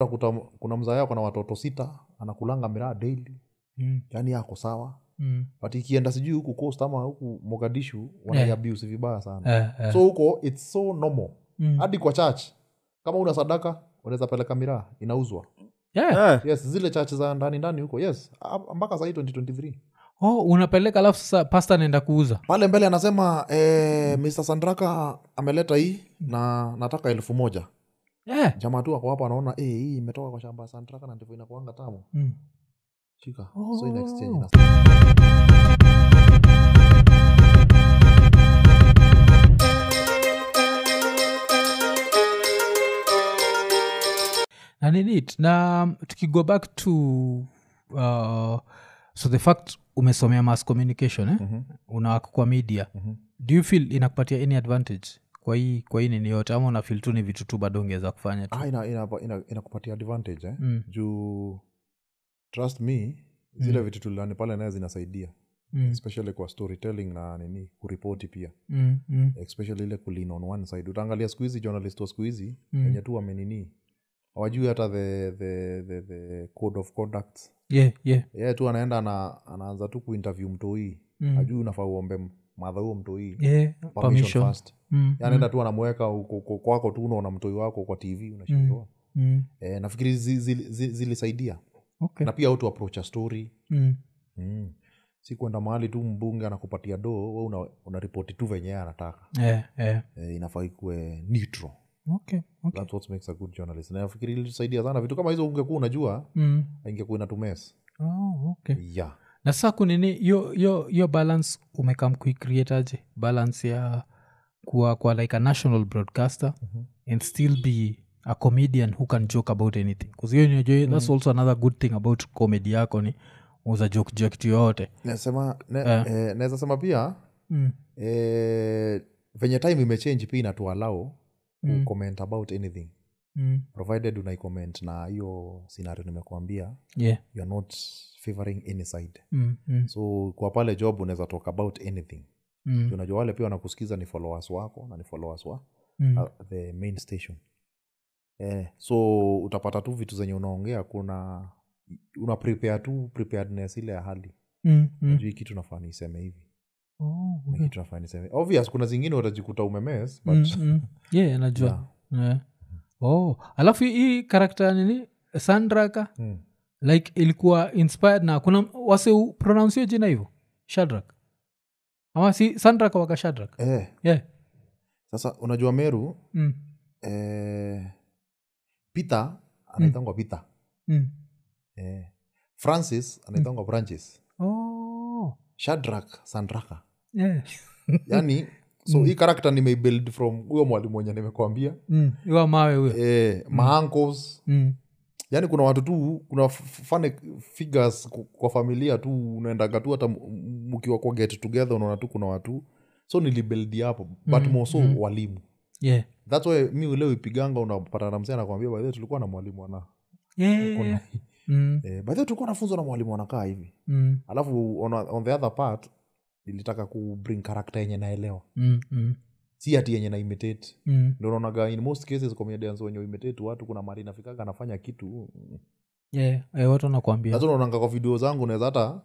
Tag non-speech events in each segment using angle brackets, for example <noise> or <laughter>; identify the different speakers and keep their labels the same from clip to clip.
Speaker 1: Unakuta kuna mzae ako na watoto sita anakulanga miraa daily
Speaker 2: Mm.
Speaker 1: yani ako sawa
Speaker 2: Mm.
Speaker 1: but ikienda sijui huku coast ama huku mogadishu wanaiabuse vibaya sana
Speaker 2: Eh, eh.
Speaker 1: so huko its so normal
Speaker 2: Mm.
Speaker 1: hadi kwa church kama una sadaka unaweza peleka miraa inauzwa
Speaker 2: Yeah.
Speaker 3: Eh,
Speaker 1: yes zile church za ndani ndani huko yes Ah, mpaka sahii 2023
Speaker 2: oh, unapeleka alafu sasa pasta anaenda kuuza
Speaker 1: pale mbele anasema eh, mr sandraka ameleta hii na nataka elfu moja
Speaker 2: yeah.
Speaker 1: jamaa tu ako hapo anaona eh, hii imetoka kwa shamba ya sandraka na ndivyo inakuanga tamu
Speaker 2: mm.
Speaker 1: shika
Speaker 2: Oh.
Speaker 1: so ina exchange na
Speaker 2: na ninit na um, tukigo back to uh, so the fact umesomea mass communication eh?
Speaker 1: Mhm,
Speaker 2: unawaka kwa media
Speaker 1: mhm.
Speaker 2: do you feel inakupatia any advantage kwa hii kwa hii nini yote ama unafil tu ni vitu tu bado ungeweza kufanya tu
Speaker 1: Ah, ina- ina- ina- inakupatia advantage eh?
Speaker 2: Mm.
Speaker 1: juu trust me zile vitu tulilani pale naye zinasaidia
Speaker 2: Mm,
Speaker 1: especially kwa storytelling na nini kuripoti pia
Speaker 2: mm, mm,
Speaker 1: especially ile kulin on one side utaangalia siku hizi journalist wa siku hizi
Speaker 2: Mm.
Speaker 1: wenye tu wamenini hawajui hata the, the, the, the code of conduct
Speaker 2: yeah, yeah,
Speaker 1: yeye tu anaenda ana, anaanza tu kuinterview mtoii
Speaker 2: Mm.
Speaker 1: hajui unafaa uombe madha huo mtoii
Speaker 2: yeah, permission.
Speaker 1: first
Speaker 2: Mm,
Speaker 1: Ya anaenda tu anamweka huko- huko kwako tu unaona mtoi wako kwa tv unashindwa
Speaker 2: mm,
Speaker 1: eh, nafikiri zi- zi- zi- zilisaidia
Speaker 2: okay.
Speaker 1: na pia how to approach a story
Speaker 2: Mm,
Speaker 1: mm. si kwenda mahali tu mbunge anakupatia doo we una, unaripoti tu venyewe anataka
Speaker 2: yeah, yeah.
Speaker 1: eh, inafaa ikuwe neutral
Speaker 2: Okay, okay.
Speaker 1: That's what makes a good journalist Na nafikiri ilitusaidia sana vitu kama hizo ungekuwa unajua
Speaker 2: Mm.
Speaker 1: ingekuwa inatumes
Speaker 2: Oh, okay
Speaker 1: yeah.
Speaker 2: na sasa kunini hiyo- hiyo hiyo balance umekam kuicreataje balance ya kuwa kwa like a national broadcaster mm-hmm. and still be a comedian who can joke about anything kuziyo thats also another good thing about comedy yako ni uza joke jua kitu yoyote
Speaker 1: nasema ne,
Speaker 2: Eh.
Speaker 1: eh, naweza sema pia
Speaker 2: mm.
Speaker 1: eh, venye time imechange pia inatualau mm. comment about anything
Speaker 2: mm.
Speaker 1: provided unaicomment na hiyo scenario nimekuambia
Speaker 2: yeah.
Speaker 1: youare not favoring any side
Speaker 2: mm. mm.
Speaker 1: so kwa pale job unaweza talk about anything
Speaker 2: mm.
Speaker 1: mm. unajua wale pia wanakusikiza ni followers wako na ni followers wa
Speaker 2: mm.
Speaker 1: uh, the main station eh, so utapata tu vitu zenye unaongea kuna una prepare tu preparedness ile ya hali
Speaker 2: mm. mm.
Speaker 1: najui kitu nafaa niiseme hivi
Speaker 2: Oh,
Speaker 1: na
Speaker 2: okay.
Speaker 1: kitu nafaa niseme obvious kuna zingine utajikuta umemes but <laughs>
Speaker 2: Mm, mm. yeah najua yeah. oh alafu hii karakta nini sandraka
Speaker 1: mm,
Speaker 2: like ilikuwa inspired na kuna wase pronounce hiyo jina hivyo shadrak ama si sandrak waka shadrak
Speaker 1: eh,
Speaker 2: yeah.
Speaker 1: sasa unajua meru
Speaker 2: mm.
Speaker 1: eh, peter anaitangwa peter
Speaker 2: Mm.
Speaker 1: eh, francis anaitangwa branches
Speaker 2: Oh.
Speaker 1: shadrak sandraka
Speaker 2: Yeah.
Speaker 1: yani Yaani, so hii karakta nimeibuild from huyo mwalimu wenye nimekuambia
Speaker 2: Mm. Iwa mawe huyo
Speaker 1: eh, maankles
Speaker 2: Mm.
Speaker 1: yani kuna watu tu kuna f- funny figures ku- kwa familia tu unaendaga tu hata m- m- mkiwa kwa get together unaona tu kuna watu so nilibildi hapo but
Speaker 2: Mm,
Speaker 1: more so
Speaker 2: mm.
Speaker 1: walimu
Speaker 2: Yeah.
Speaker 1: thats why mi leo ipiganga unapata na msee anakwambia by the way tulikuwa na mwalimu ana
Speaker 2: Yeah. Mm.
Speaker 1: eh, by the way tulikuwa nafunzwa na mwalimu anakaa hivi
Speaker 2: Mm.
Speaker 1: alafu on, on the other part nilitaka kubring karakta yenye naelewa
Speaker 2: Mm. Mm.
Speaker 1: si ati yenye na imitate
Speaker 2: Mm.
Speaker 1: Ndio unaonaga in most cases comedians wenye imitate watu kuna mali nafikaga anafanya kitu
Speaker 2: Yeah. Eh, watu wanakwambia
Speaker 1: hata unaonanga kwa video zangu naweza hata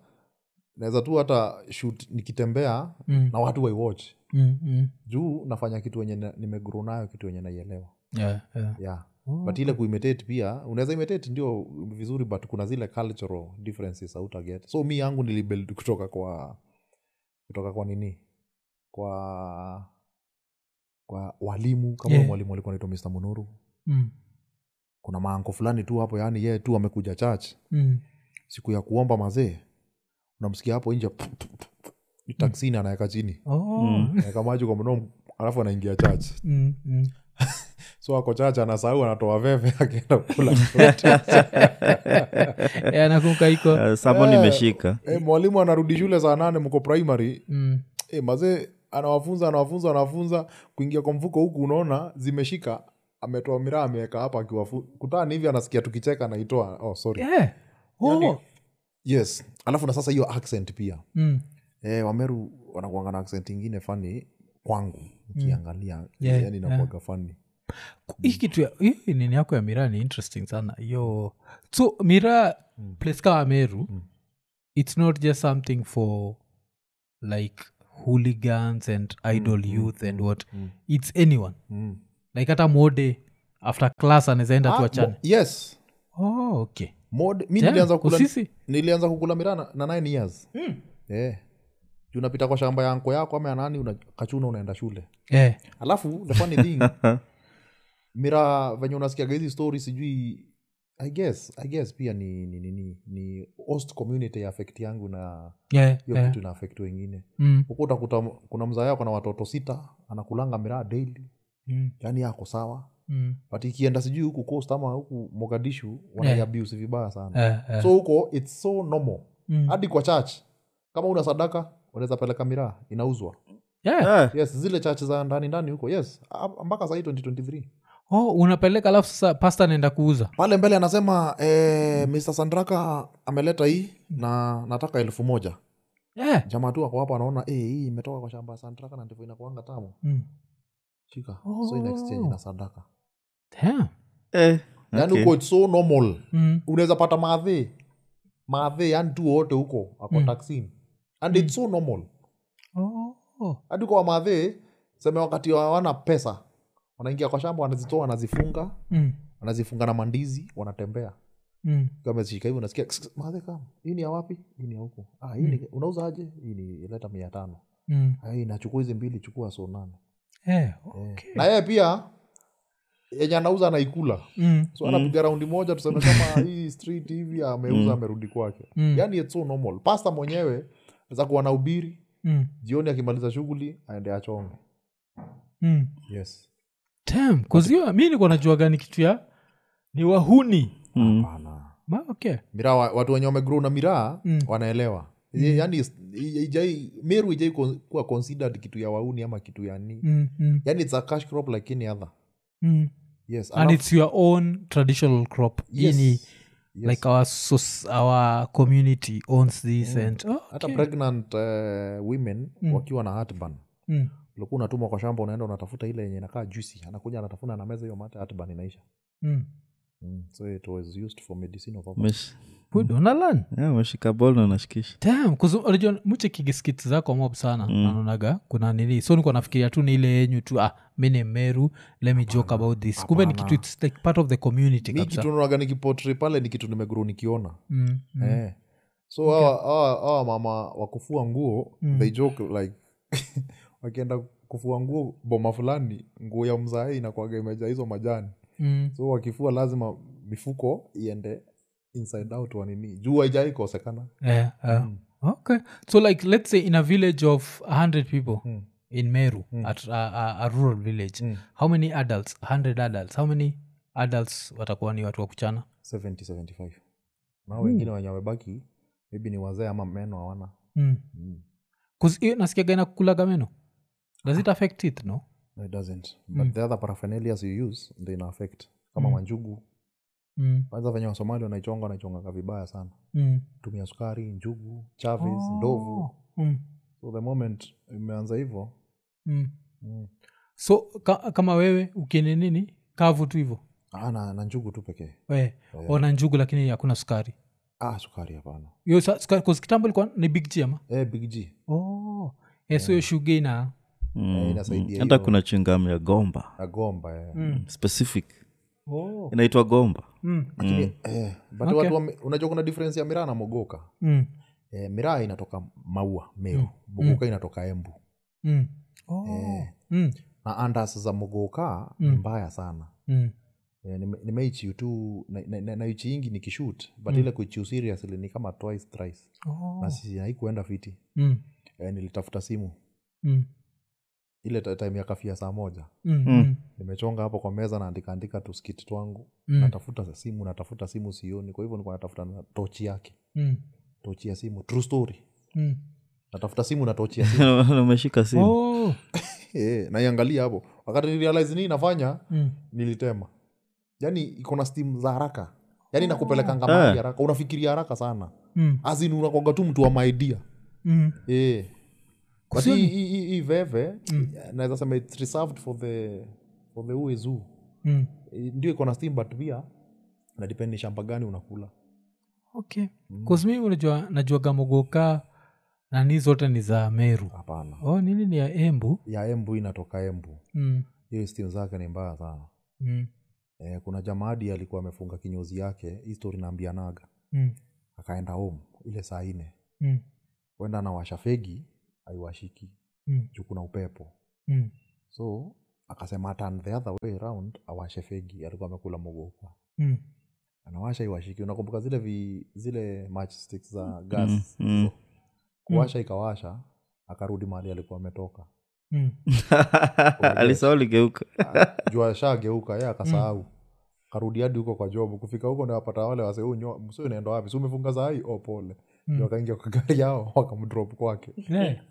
Speaker 1: naweza tu hata shoot nikitembea
Speaker 2: Mm.
Speaker 1: na watu waiwatch
Speaker 2: Mm. Mm.
Speaker 1: juu nafanya kitu wenye na- nimegro nayo kitu wenye naielewa
Speaker 2: Yeah. Yeah.
Speaker 1: yeah.
Speaker 2: Oh.
Speaker 1: but ile kuimitate pia unaweza imitate ndio vizuri but kuna zile cultural differences hautaget so mi yangu nilibuild kutoka kwa kutoka kwa nini kwa kwa walimu kama
Speaker 2: Yeah.
Speaker 1: yeah. mwalimu alikuwa naitwa mr munuru
Speaker 2: Mm.
Speaker 1: kuna maanko fulani tu hapo yaani yeye tu amekuja church
Speaker 2: Mm.
Speaker 1: siku ya kuomba mazee unamsikia hapo nje pf, pf, pf, ni taksini anaweka chini
Speaker 2: Oh.
Speaker 3: Mm.
Speaker 1: anaweka maji kwa mdomo alafu anaingia church
Speaker 2: Mm. Mm.
Speaker 1: so ako church anasahau anatoa veve <laughs> akienda kula
Speaker 2: Eh, nakumbuka
Speaker 3: <laughs>
Speaker 2: iko
Speaker 3: eh, someone
Speaker 1: Eh.
Speaker 3: imeshika
Speaker 1: Eh, mwalimu anarudi shule saa nane mko primary
Speaker 2: Mm.
Speaker 1: e, mazee anawafunza anawafunza anawafunza kuingia kwa mfuko huku unaona zimeshika ametoa miraa ameweka hapa akiwafu kutani hivi anasikia tukicheka anaitoa oh, sorry
Speaker 2: Yeah. Oh.
Speaker 1: yes alafu na sasa hiyo accent pia
Speaker 2: Mm.
Speaker 1: e, wameru wanakuanga na accent ingine fani kwangu ukiangalia
Speaker 2: Mm.
Speaker 1: yaani
Speaker 2: Yeah,
Speaker 1: yani inakuaga fani
Speaker 2: Ku-
Speaker 1: Mm.
Speaker 2: hii kitu ya- hii nini yako ya miraa ni interesting sana yo so miraa
Speaker 1: Mm.
Speaker 2: place kama meru
Speaker 1: Mm.
Speaker 2: it's not just something for like hooligans and idol youth and what
Speaker 1: mm.
Speaker 2: it's anyone
Speaker 1: Mm.
Speaker 2: like hata mode after class anawezaenda
Speaker 1: Ah,
Speaker 2: tu achane
Speaker 1: mo- yes
Speaker 2: oh, okay
Speaker 1: Mod, mi
Speaker 2: Damn,
Speaker 1: nilianza kukula,
Speaker 2: usisi.
Speaker 1: nilianza kukula miraa na, na nine years mm. yeah. Juu unapita kwa shamba ya anko yako ama ya nani una, kachuna unaenda shule
Speaker 2: Eh,
Speaker 1: alafu the funny
Speaker 2: <laughs>
Speaker 1: thing mira venye unasikiaga hizi story sijui i guess i guess pia ni ni, ni, ni, ni host community ya affect yangu na
Speaker 2: eh,
Speaker 1: hiyo
Speaker 2: eh.
Speaker 1: kitu ina affect wengine
Speaker 2: Mm,
Speaker 1: huku utakuta m- kuna mzaa yako na watoto sita anakulanga miraa daily
Speaker 2: mm,
Speaker 1: yani yako sawa
Speaker 2: mm.
Speaker 1: but ikienda sijui huku coast ama huku mogadishu wanaiabuse vibaya sana
Speaker 2: Eh, eh.
Speaker 1: so huko its so normal
Speaker 2: Mm.
Speaker 1: hadi kwa church kama una sadaka unaweza peleka miraa inauzwa
Speaker 2: Yeah.
Speaker 1: yes zile church za ndani ndani huko yes a- mpaka sahii 2023
Speaker 2: oh, unapeleka alafu sasa pasta anaenda kuuza
Speaker 1: pale mbele anasema eh, mr sandraka ameleta hii na nataka elfu moja
Speaker 2: yeah.
Speaker 1: jamaa tu ako hapo anaona eh, hii imetoka kwa shamba ya sandraka na ndivyo inakuanga tamu
Speaker 2: mm.
Speaker 1: shika so ina exchange na sadaka
Speaker 2: Damn.
Speaker 3: Eh,
Speaker 1: yaani
Speaker 3: okay.
Speaker 1: huko it's so normal
Speaker 2: Mm.
Speaker 1: unaweza pata maadhe maadhe yani tu wote huko ako
Speaker 2: Mm.
Speaker 1: taksin and it's so normal
Speaker 2: Oh.
Speaker 1: hadi kwa maadhe seme wakati hawana pesa wanaingia kwa shamba wanazitoa wanazifunga
Speaker 2: Mm.
Speaker 1: wanazifunga na mandizi wanatembea
Speaker 2: Mm.
Speaker 1: kamezishika hivi unasikia "Kss, kss, maadhe kama hii ni ya wapi hii ni ya huko ah, hii ni unauza aje hii ni leta mia tano
Speaker 2: Mm.
Speaker 1: Ah, hii nachukua hizi mbili chukua so nane
Speaker 2: Eh,
Speaker 1: Eh.
Speaker 2: okay.
Speaker 1: na yeye pia yenye anauza anaikula
Speaker 2: Mm.
Speaker 1: so anapiga raundi moja tuseme kama hii street hivi ameuza amerudi kwake
Speaker 2: Mm.
Speaker 1: yani Yaani it's so normal pasta mwenyewe za kuwa na ubiri
Speaker 2: Mm.
Speaker 1: jioni akimaliza shughuli aende achonge
Speaker 2: Mm.
Speaker 1: yes
Speaker 2: Damn, 'cause hiyo mi nikuwa najuaga ni kitu ya ni wahuni
Speaker 3: Mm.
Speaker 1: Hapana.
Speaker 2: Ma, okay.
Speaker 1: miraa wa- watu wenye wamegrow na miraa
Speaker 2: Mm.
Speaker 1: wanaelewa mm. yani ijai, meru ijai kon- kuwa considered kitu ya wauni ama kitu ya ni
Speaker 2: mm. Mm.
Speaker 1: yani it's a cash crop like any other
Speaker 2: Mm.
Speaker 1: yes,
Speaker 2: and it's your own traditional crop yes. ni
Speaker 1: yes.
Speaker 2: like our, soc- our community owns this mm. and oh,
Speaker 1: hata
Speaker 2: okay.
Speaker 1: pregnant uh, women
Speaker 2: Mm.
Speaker 1: wakiwa na heartburn
Speaker 2: mm.
Speaker 1: ulikuwa unatumwa kwa shamba unaenda unatafuta ile yenye inakaa juicy anakuja anatafuna na meza hiyo mata heartburn inaisha
Speaker 2: Mm.
Speaker 1: mm. so it was used for medicinal purpose.
Speaker 3: Umesh-
Speaker 1: Mm.
Speaker 2: Good, unalan
Speaker 3: eh, umeshika bol na unashikisha
Speaker 2: unajua mchekigiskit zako mob sana mm. nanonaga kuna nini so nikuwa nafikiria tu ni ile yenyu tu ah, mi ni meru let me joke about this kumbe ni kitu its like part of the community
Speaker 1: mi
Speaker 2: kabisa
Speaker 1: kitu naonaga nikipotri pale ni kitu nimegro nikiona
Speaker 2: mm. mm.
Speaker 1: eh. so hawa hawa- hawa mama wa kufua nguo
Speaker 2: Mm.
Speaker 1: they joke like <laughs> wakienda kufua nguo boma fulani nguo ya mzae inakuaga imeja hizo majani
Speaker 2: Mm.
Speaker 1: so wakifua lazima mifuko iende inside out wanini juu Mm. haijaikosekana
Speaker 2: Eh, eh. okay so like let's say in a village of 100 people
Speaker 1: Mm.
Speaker 2: in meru at a, a, a rural village
Speaker 1: Mm.
Speaker 2: how many adults 100 adults how many adults watakuwa ni watu wa kuchana
Speaker 1: 70-75 na hao wengine wenye wamebaki maybe ni wazee ama meno hawana
Speaker 2: mm.
Speaker 1: Mm.
Speaker 2: Cause hiyo nasikiaga inakulaga meno does it affect it no
Speaker 1: No, it doesn't
Speaker 2: Mm.
Speaker 1: but the other paraphernalias you use ndo ina affect kama manjugu
Speaker 2: mm.
Speaker 1: kwanza venye wasomali wanaichonga wanaichongaka vibaya sana
Speaker 2: Mm.
Speaker 1: tumia sukari njugu chavis
Speaker 2: Oh.
Speaker 1: ndovu
Speaker 2: Mm.
Speaker 1: so the moment imeanza hivo
Speaker 2: Mm.
Speaker 1: mm.
Speaker 2: so ka, kama wewe ukiene nini kavu tu hivo
Speaker 1: ah, na, na njugu tu pekee
Speaker 2: we
Speaker 1: Eh.
Speaker 2: ona njugu lakini hakuna sukari
Speaker 1: ah, sukari hapana
Speaker 2: hiyo sa- sukari cause kitambo ilikuwa ni big g ama
Speaker 1: eh, big g
Speaker 2: oh. yeah, so hiyo shuga ina
Speaker 3: Mm,
Speaker 1: Eh, inasaidia
Speaker 3: mm. hata
Speaker 1: hivyo.
Speaker 3: kuna chingam ya gomba
Speaker 1: agomba eh.
Speaker 2: mm.
Speaker 3: specific
Speaker 2: oh.
Speaker 3: inaitwa gomba
Speaker 2: mm.
Speaker 1: lakini eh, but
Speaker 2: Okay.
Speaker 1: watu wame- unajua kuna difference ya miraa na mogoka
Speaker 2: Mm.
Speaker 1: eh, miraa inatoka maua meru mogoka inatoka embu
Speaker 2: Mm. Oh.
Speaker 1: Eh.
Speaker 2: Mm.
Speaker 1: na andas za mogoka ni mbaya sana
Speaker 2: Mm.
Speaker 1: Eh, nime- nimeichiu tu na- na- na- naichiingi nikishut but ile kuichiu seriously ni kama twice thrice
Speaker 2: Mm. Oh.
Speaker 1: na si- haikuenda fiti
Speaker 2: Mm.
Speaker 1: eh, nilitafuta simu
Speaker 2: Mm.
Speaker 1: ile ta- time ya kafia saa moja
Speaker 2: Mm. Mm.
Speaker 1: nimechonga hapo kwa meza naandikaandika tuskiti twangu
Speaker 2: Mm.
Speaker 1: natafuta simu natafuta simu sioni kwa hivyo nikuwa natafuta na tochi yake
Speaker 2: Mm.
Speaker 1: tochi ya simu true story
Speaker 2: Mm.
Speaker 1: natafuta simu na tochi ya
Speaker 3: <laughs>
Speaker 1: simu
Speaker 3: Mm. umeshika <laughs> simu
Speaker 2: Oh.
Speaker 1: Eh, naiangalia hapo wakati nirealize nii nafanya
Speaker 2: Mm.
Speaker 1: nilitema yaani iko na stim za haraka yaani nakupelekanga mahali
Speaker 3: Eh.
Speaker 1: haraka unafikiria haraka sana
Speaker 2: Mm.
Speaker 1: azin unakwanga tu mtu wa maidia
Speaker 2: Mm.
Speaker 1: Eh. But
Speaker 2: Kusini.
Speaker 1: hii- hii hii veve naweza sema it's reserved for the for the uwezu
Speaker 2: mm.
Speaker 1: Eh, ndio iko na steam but pia nadepend ni shamba gani unakula
Speaker 2: okay kosmi unajua najua gamogoka nani zote ni za meru
Speaker 1: hapana
Speaker 2: oh, nini ni ya embu
Speaker 1: ya embu inatoka embu
Speaker 2: mm.
Speaker 1: hiyo steam zake ni mbaya sana
Speaker 2: Mm.
Speaker 1: eh, kuna jamaadi alikuwa amefunga kinyozi yake hii story naambianaga
Speaker 2: Mm.
Speaker 1: akaenda home ile saa ine
Speaker 2: Mm.
Speaker 1: kwenda anawasha fegi aiwashiki
Speaker 2: Mm.
Speaker 1: juu kuna upepo
Speaker 2: Mm.
Speaker 1: so akasema atan the other way round awashe fegi alikuwa amekula mogoka
Speaker 2: Mm.
Speaker 1: anawasha iwashiki unakumbuka zile vi, zile matchsticks za gas
Speaker 3: Mm, mm.
Speaker 1: So, kuwasha ikawasha akarudi mahali alikuwa ametoka
Speaker 2: Mm.
Speaker 3: alisahau ligeuka
Speaker 1: juu ashageuka ye akasahau
Speaker 2: Mm.
Speaker 1: karudi hadi huko kwa job kufika huko ndo apata wale wase "Huyu nyo- msio naenda wapi si umefunga zai o pole mm. akaingia kwa gari yao <laughs> wakamdrop kwake
Speaker 2: <laughs> Eh.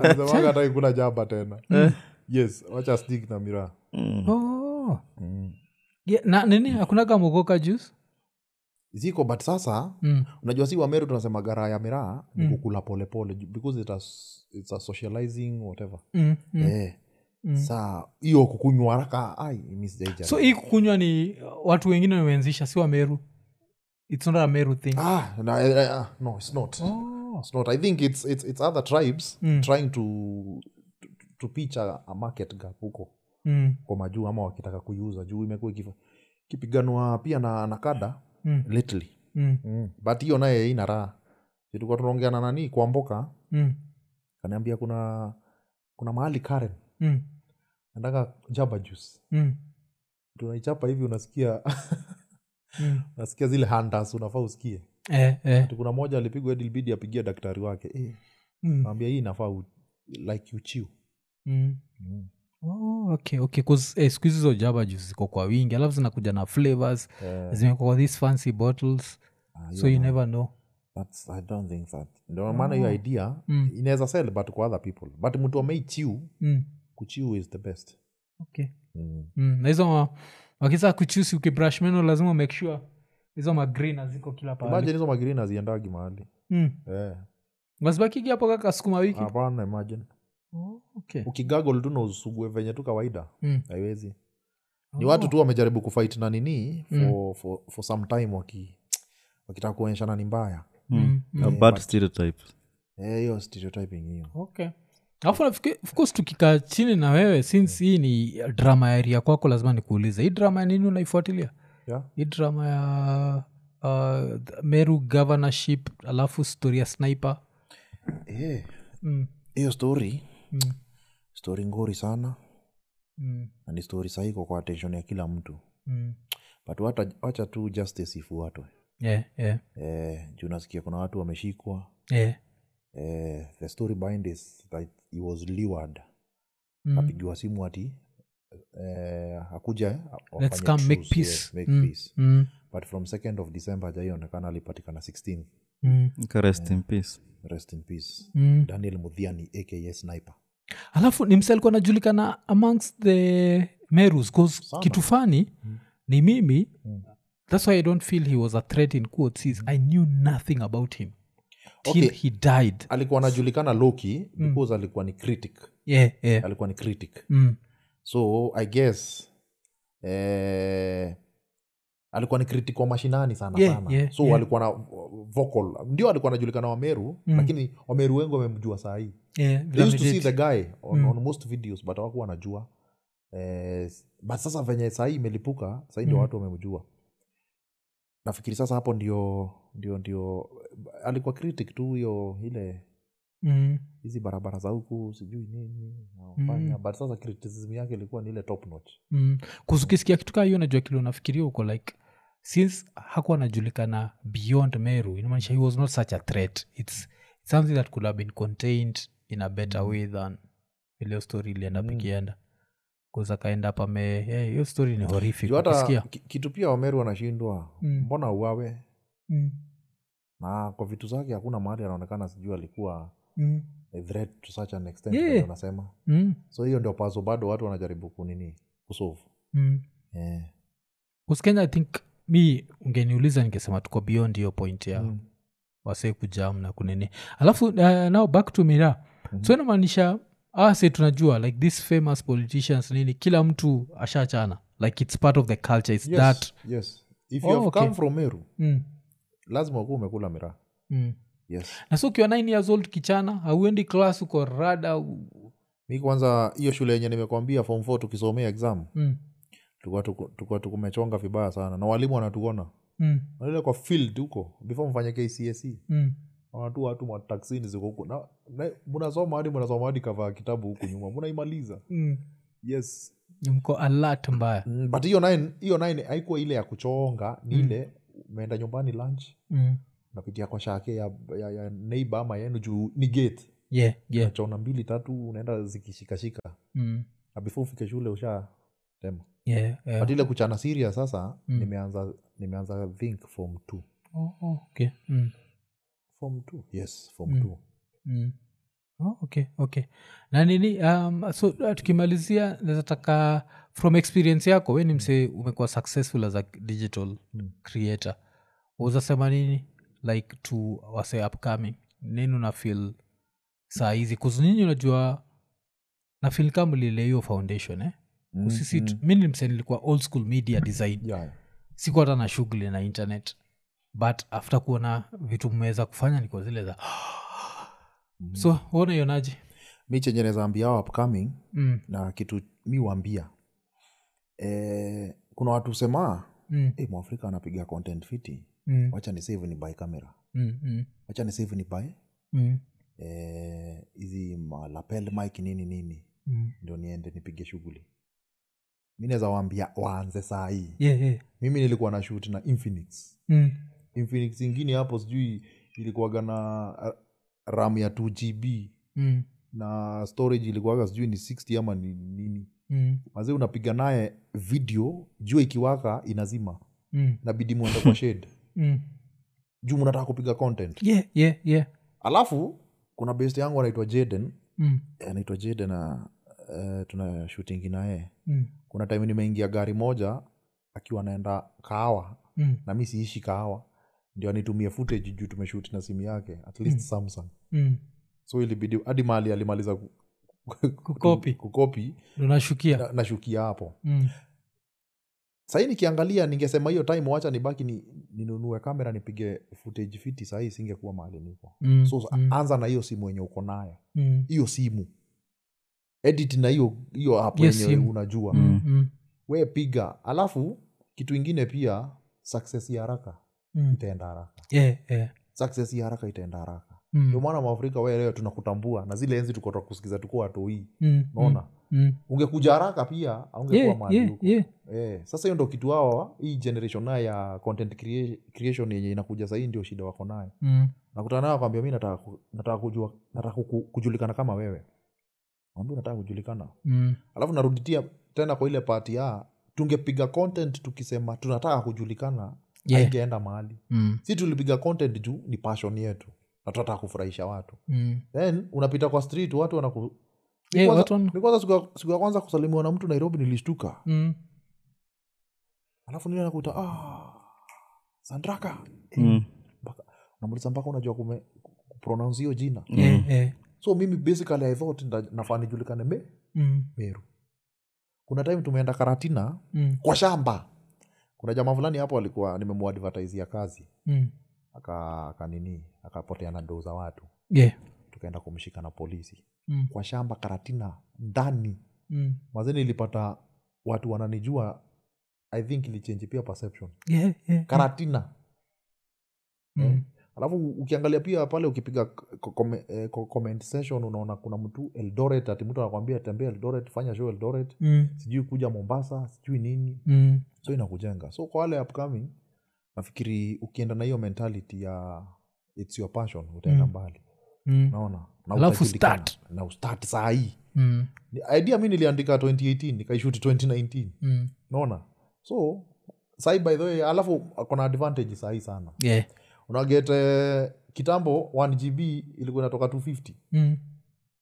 Speaker 1: Alisemaga hata ikula jaba tena
Speaker 2: Eh.
Speaker 1: yes wacha stick na miraa
Speaker 3: Mm.
Speaker 2: Oh.
Speaker 1: mm.
Speaker 2: Yeah, na nini hakunaga mogoka juice
Speaker 1: ziko but sasa
Speaker 2: mm.
Speaker 1: unajua si wameru tunasema gara ya miraa ni
Speaker 2: Mm.
Speaker 1: kukula polepole ju- because it has, it's a socializing whatever
Speaker 2: Mm. Mm.
Speaker 1: eh, saa hiyo kukunywa haraka ai mi sijaijaribu.
Speaker 2: so hii kukunywa ni uh, watu wengine wameanzisha si wameru its not a meru thing
Speaker 1: ah, no, eh, eh, ah, no it's not
Speaker 2: oh.
Speaker 1: it's not i think it's, it's, it's other tribes
Speaker 2: Mm.
Speaker 1: trying to, to, to pitch a, a market gap huko
Speaker 2: mm.
Speaker 1: kwa majuu ama wakitaka kuiuza juu imekuwa ikifa- ikipiganwa pia na, na kada
Speaker 2: Mm.
Speaker 1: lately
Speaker 2: Mm.
Speaker 1: mm. but hiyo naye ina raha tulikuwa tunaongea na nani kwa mboka
Speaker 2: Mm.
Speaker 1: kaniambia kuna kuna mahali karen
Speaker 2: Mm.
Speaker 1: nataka jaba juice
Speaker 2: Mm.
Speaker 1: tunaichapa hivi unasikia <laughs>
Speaker 2: Mm.
Speaker 1: unasikia zile handas unafaa usikie
Speaker 2: Eh, eh.
Speaker 1: Ati kuna moja alipigwa hadi ilibidi apigia daktari wake eh,
Speaker 2: Mm.
Speaker 1: naambia hii inafaa u, like uchiu
Speaker 2: Mm.
Speaker 1: Mm.
Speaker 2: Oh, okay, okay. 'Cause, eh, siku hizi hizo jaba juice ziko kwa wingi alafu zinakuja na flavors
Speaker 1: Eh,
Speaker 2: zimekwa kwa these fancy bottles
Speaker 1: ah,
Speaker 2: so
Speaker 1: hiyo
Speaker 2: you
Speaker 1: na-
Speaker 2: never know
Speaker 1: that's- I don't think that. ndio maana hiyo idea
Speaker 2: Mm.
Speaker 1: inaweza sell but kwa other people but mtu ameichiu
Speaker 2: mm.
Speaker 1: kuchiu is the best
Speaker 2: okay.
Speaker 1: mm.
Speaker 2: mm. na hizo ma- wakiza kuchusi ukibrush meno lazima make sure hizo magreen haziko kila pahali
Speaker 1: imagine hizo magirini aziendagi mahali
Speaker 2: mm.
Speaker 1: Eh,
Speaker 2: wazibakigi hapo kaka sukuma wiki
Speaker 1: hapana imagine
Speaker 2: oh, okay.
Speaker 1: ukigagol tu na usugue venye tu kawaida
Speaker 2: mm. Oh.
Speaker 1: haiwezi ni watu tu wamejaribu kufight na nini for,
Speaker 2: Mm.
Speaker 1: for, for some time waki wakitaka kuonyeshana ni mbaya
Speaker 2: Mm, mm.
Speaker 3: A bad stereotype
Speaker 1: Eh, hiyo stereotyping hiyo
Speaker 2: okay alafu nafikiri- of course tukikaa chini na wewe since hii ni drama ya area kwako lazima nikuulize hii drama ya nini unaifuatilia
Speaker 1: yeah?
Speaker 2: hii drama ya uh, th- meru governorship alafu story ya sniper
Speaker 1: Eh,
Speaker 2: mm.
Speaker 1: hiyo story
Speaker 2: Mm.
Speaker 1: story ngori sana
Speaker 2: Mm.
Speaker 1: na ni story sahii iko kwa attention ya kila mtu
Speaker 2: Mm.
Speaker 1: but wata, wacha tu justice ifuatwe
Speaker 2: Yeah, yeah.
Speaker 1: eh, juu nasikia kuna watu wameshikwa
Speaker 2: Yeah.
Speaker 1: eh, the story behind is that he was lured
Speaker 2: Mm.
Speaker 1: apigiwa simu ati eh, akuja wafanye
Speaker 2: Let's come make
Speaker 1: truce, yes,
Speaker 2: peace.
Speaker 1: make
Speaker 2: Mm,
Speaker 1: peace.
Speaker 2: mm,
Speaker 1: but from 2nd of december hajaionekana alipatikana 16
Speaker 2: mm,
Speaker 3: Nika rest in peace
Speaker 1: rest in peace
Speaker 2: mm.
Speaker 1: daniel mudhiani aka sniper
Speaker 2: alafu ni msa alikuwa anajulikana amongst the merus bcause
Speaker 1: Sana.
Speaker 2: kitu fani ni mimi
Speaker 1: Mm.
Speaker 2: thats why i don't feel he was a threat in quotes is i knew nothing about him till
Speaker 1: Okay.
Speaker 2: he died
Speaker 1: alikuwa anajulikana loki
Speaker 2: Mm.
Speaker 1: because alikuwa ni critic
Speaker 2: yeah, yeah.
Speaker 1: alikuwa ni critic
Speaker 2: Mm,
Speaker 1: so i guess eh, alikuwa ni critic wa mashinani sana
Speaker 2: Yeah,
Speaker 1: sana
Speaker 2: yeah,
Speaker 1: so
Speaker 2: yeah.
Speaker 1: alikuwa na vocal ndio alikuwa anajulikana wameru
Speaker 2: Mm.
Speaker 1: lakini wameru wengi wamemjua sahii
Speaker 2: yeah,
Speaker 1: they
Speaker 2: vile
Speaker 1: used to see
Speaker 2: amedate.
Speaker 1: the guy on,
Speaker 2: Mm.
Speaker 1: on most videos but hawakuwa wanajua eh, but sasa venye sahii imelipuka sahii ndio
Speaker 2: Mm.
Speaker 1: watu wamemjua nafikiri sasa hapo ndio ndio ndio alikuwa critic tu hiyo ile
Speaker 2: Mm,
Speaker 1: hizi barabara za huku sijui nini hawafanya. but sasa criticism yake ilikuwa ni ile top notch
Speaker 2: mm. 'Cause ukisikia kitu kaa hiyo najua kile unafikiria uko like since hakuwa anajulikana beyond meru inamaanisha he was not such a threat its it's something that could have been contained in a better way than ileo story ilienda pikienda bcause akaenda hapa me yeah, hiyo story ni horrific
Speaker 1: Juu hata
Speaker 2: ukisikia.
Speaker 1: ki- kitu pia wameru wanashindwa
Speaker 2: Mm.
Speaker 1: mbona uawe
Speaker 2: Mm,
Speaker 1: na kwa vitu zake hakuna mahali anaonekana sijui alikuwa
Speaker 2: mm,
Speaker 1: a threat to such an extent
Speaker 2: Yeah.
Speaker 1: vile wanasema
Speaker 2: mm,
Speaker 1: so hiyo ndio pazo bado watu wanajaribu kunini kusovu
Speaker 2: mm.
Speaker 1: eh.
Speaker 2: 'Cause kenya i think mi ungeniuliza ningesema tuko beyond hiyo point ya mm. eh, Mhm. wasee kujam na kunini alafu uh, now back to mira mm-hmm. so inamaanisha ah si tunajua like these famous politicians nini kila mtu ashachana like it's part of the culture it's
Speaker 1: yes,
Speaker 2: that
Speaker 1: yes if you
Speaker 2: Oh,
Speaker 1: have
Speaker 2: okay.
Speaker 1: come from meru
Speaker 2: mm,
Speaker 1: lazima ukuwa umekula miraa
Speaker 2: mm.
Speaker 1: yes
Speaker 2: na so ukiwa 9 years old kichana hauendi class uko rada u-
Speaker 1: mi kwanza hiyo shule yenye nimekwambia form 4 tukisomea exam
Speaker 2: mm,
Speaker 1: tulikuwa tuku- tulikuwa tukumechonga vibaya sana na walimu wanatuona
Speaker 2: mm,
Speaker 1: naile kwa field huko before mfanye kcse
Speaker 2: mm.
Speaker 1: wanatu watu mataksini ziko huku na, na munasoma hadi munasoma hadi kavaa kitabu huku nyuma munaimaliza
Speaker 2: Mm.
Speaker 1: yes
Speaker 2: mko alert mbaya
Speaker 1: Mm, but hiyo nine hiyo nine haikuwa ile ya kuchonga ni ile umeenda nyumbani lunch
Speaker 2: mm.
Speaker 1: unapitia kwa shake ya, ya, ya neighbor ama yenu juu ni gate
Speaker 2: yeah, yeah.
Speaker 1: chona mbili tatu unaenda zikishikashika
Speaker 2: Mm.
Speaker 1: na before ufike shule usha tema
Speaker 2: Yeah, yeah.
Speaker 1: but ile kuchana siria sasa
Speaker 2: Mm.
Speaker 1: nimeanza nimeanza think form two
Speaker 2: Oh, oh, okay. Mm.
Speaker 1: form two yes form
Speaker 2: Mm.
Speaker 1: two
Speaker 2: Mm. Oh, okay okay na nini um, so uh, tukimalizia nazataka from experience yako we ni msee umekuwa successful as a digital
Speaker 1: Mm.
Speaker 2: creator uzasema nini like to wase upcoming nini una feel saa hizi kuzinini unajua na feel kama lile hiyo foundation eh?
Speaker 1: Mm,
Speaker 2: sisi tu- mi ni msee nilikuwa old school media design
Speaker 1: yeah, yeah.
Speaker 2: sikuwa hata na shughuli na internet but after kuona vitu mmeweza kufanya niko zile za <gasps> so huona ionaje
Speaker 1: mi chenye nezaambia hao upcoming
Speaker 2: mm,
Speaker 1: na kitu mi waambia e, kuna watu sema
Speaker 2: mm,
Speaker 1: hey, mwafrika anapiga content fiti
Speaker 2: mm,
Speaker 1: wacha ni save ni buy camera
Speaker 2: mm, mm,
Speaker 1: wacha ni save ni buy
Speaker 2: mm,
Speaker 1: eh, hizi ma lapel mic nini nini
Speaker 2: mm.
Speaker 1: ndio niende nipige shughuli mi naweza waambia waanze saa hii
Speaker 2: Yeah, yeah.
Speaker 1: mimi nilikuwa na shoot na infinix
Speaker 2: Mm,
Speaker 1: infinix ingine hapo sijui ilikuwaga na ah, ram ya 2gb
Speaker 2: mm,
Speaker 1: na storage ilikuwaga sijui ni 60 ama ni nini
Speaker 2: mm,
Speaker 1: mazee unapiga naye video jua ikiwaka inazima
Speaker 2: mm,
Speaker 1: nabidi mwende kwa shade
Speaker 2: mm.
Speaker 1: juu mnataka kupiga content
Speaker 2: Yeah, yeah, yeah.
Speaker 1: alafu kuna best yangu anaitwa jaden Eh,
Speaker 2: Mm,
Speaker 1: anaitwa jade na uh, tuna shootingi naye
Speaker 2: mm,
Speaker 1: kuna time nimeingia gari moja akiwa anaenda kahawa
Speaker 2: mm,
Speaker 1: na mi siishi kahawa ndio anitumie footage juu tumeshuti na simu yake at least
Speaker 2: Mm.
Speaker 1: samsung
Speaker 2: mm.
Speaker 1: so ilibidi hadi mali alimaliza ku-
Speaker 2: Kukopi.
Speaker 1: kukopi
Speaker 2: Ndio nashukia
Speaker 1: na, nashukia hapo
Speaker 2: Mm,
Speaker 1: sahii nikiangalia ningesema hiyo time wacha nibaki ni, ninunue kamera nipige footage fiti sahii singekuwa mahali niko
Speaker 2: mm,
Speaker 1: so ah,
Speaker 2: mm,
Speaker 1: anza na hiyo simu yenye uko nayo
Speaker 2: mm,
Speaker 1: hiyo simu edit na hiyo hiyo app
Speaker 2: Yes,
Speaker 1: yenye
Speaker 2: simu.
Speaker 1: unajua
Speaker 2: mm, mm,
Speaker 1: we piga alafu kitu ingine pia success ya haraka
Speaker 2: mm.
Speaker 1: itaenda haraka
Speaker 2: Yeah, yeah.
Speaker 1: success ya haraka itaenda haraka
Speaker 2: Mm,
Speaker 1: ndio maana maafrika we leo tunakutambua na zile enzi tuko kusikiza tukuwa watoi
Speaker 2: mm,
Speaker 1: naona
Speaker 2: mm,
Speaker 1: ungekuja haraka pia
Speaker 2: mm.
Speaker 1: aungekuwa
Speaker 2: Yeah,
Speaker 1: mahali
Speaker 2: yeah,
Speaker 1: huko
Speaker 2: yeah.
Speaker 1: eh, sasa hiyo ndo kitu hawa hii generation nayo ya content crea- creation yenye inakuja sahii ndio shida wako nayo
Speaker 2: Mm,
Speaker 1: nakutana nao kwambia mi nataka, ku- nataka, kujua, nataka kuku- kujulikana kama wewe ambia nataka kujulikana
Speaker 2: mm,
Speaker 1: alafu naruditia tena kwa ile pati ya tungepiga content tukisema tunataka kujulikana
Speaker 2: Yeah.
Speaker 1: aingeenda mahali
Speaker 2: mm,
Speaker 1: si tulipiga content juu ni passion yetu na tunataka kufurahisha watu
Speaker 2: mm.
Speaker 1: then unapita kwa street watu wanaku
Speaker 2: Yeah,
Speaker 1: Kwanza-
Speaker 2: Eh, watu wana-
Speaker 1: mi kwanza siku ya- siku ya kwanza kusalimiwa na mtu nairobi nilishtuka
Speaker 2: Mm,
Speaker 1: alafu nile nakuta ah, sandraka
Speaker 3: Mm.
Speaker 1: namuliza mpaka unajua kume kupronounce hiyo jina
Speaker 2: yeah, yeah.
Speaker 1: so mimi basically i thought nda- nafaa nijulikane me
Speaker 2: Mm,
Speaker 1: meru kuna time tumeenda karatina
Speaker 2: mm,
Speaker 1: kwa shamba kuna jamaa fulani hapo alikuwa nimemuadvertisia kazi
Speaker 2: mm.
Speaker 1: aka akanini akapoteana doo za watu
Speaker 2: Yeah.
Speaker 1: tukaenda kumshika na polisi
Speaker 2: Mm,
Speaker 1: kwa shamba karatina ndani
Speaker 2: mm.
Speaker 1: mazeni nilipata watu wananijua i think ilichange pia perception
Speaker 2: Yeah, yeah.
Speaker 1: karatina
Speaker 2: Mm,
Speaker 1: alafu ukiangalia pia pale ukipiga ko- kome- eh, ko- comment session unaona kuna mtu eldoret ati mtu anakwambia tembea eldoret fanya show eldoret
Speaker 2: mm,
Speaker 1: sijui kuja mombasa sijui nini
Speaker 2: mm.
Speaker 1: so inakujenga so kwa wale upcoming nafikiri ukienda na hiyo mentality ya its your passion utaenda
Speaker 2: Mm.
Speaker 1: mbali
Speaker 2: Mm,
Speaker 1: naona na
Speaker 2: Alafu
Speaker 1: utajulikana.
Speaker 2: start.
Speaker 1: na ustart saa hii
Speaker 2: mm,
Speaker 1: Ni- idea mi niliandika 2018 nikaishuti 2019
Speaker 2: mm.
Speaker 1: naona so sai by the way alafu kona advantage sahii sana
Speaker 2: Yeah.
Speaker 1: unaget eh, kitambo 1 gb ilikuwa inatoka 250
Speaker 2: Mm,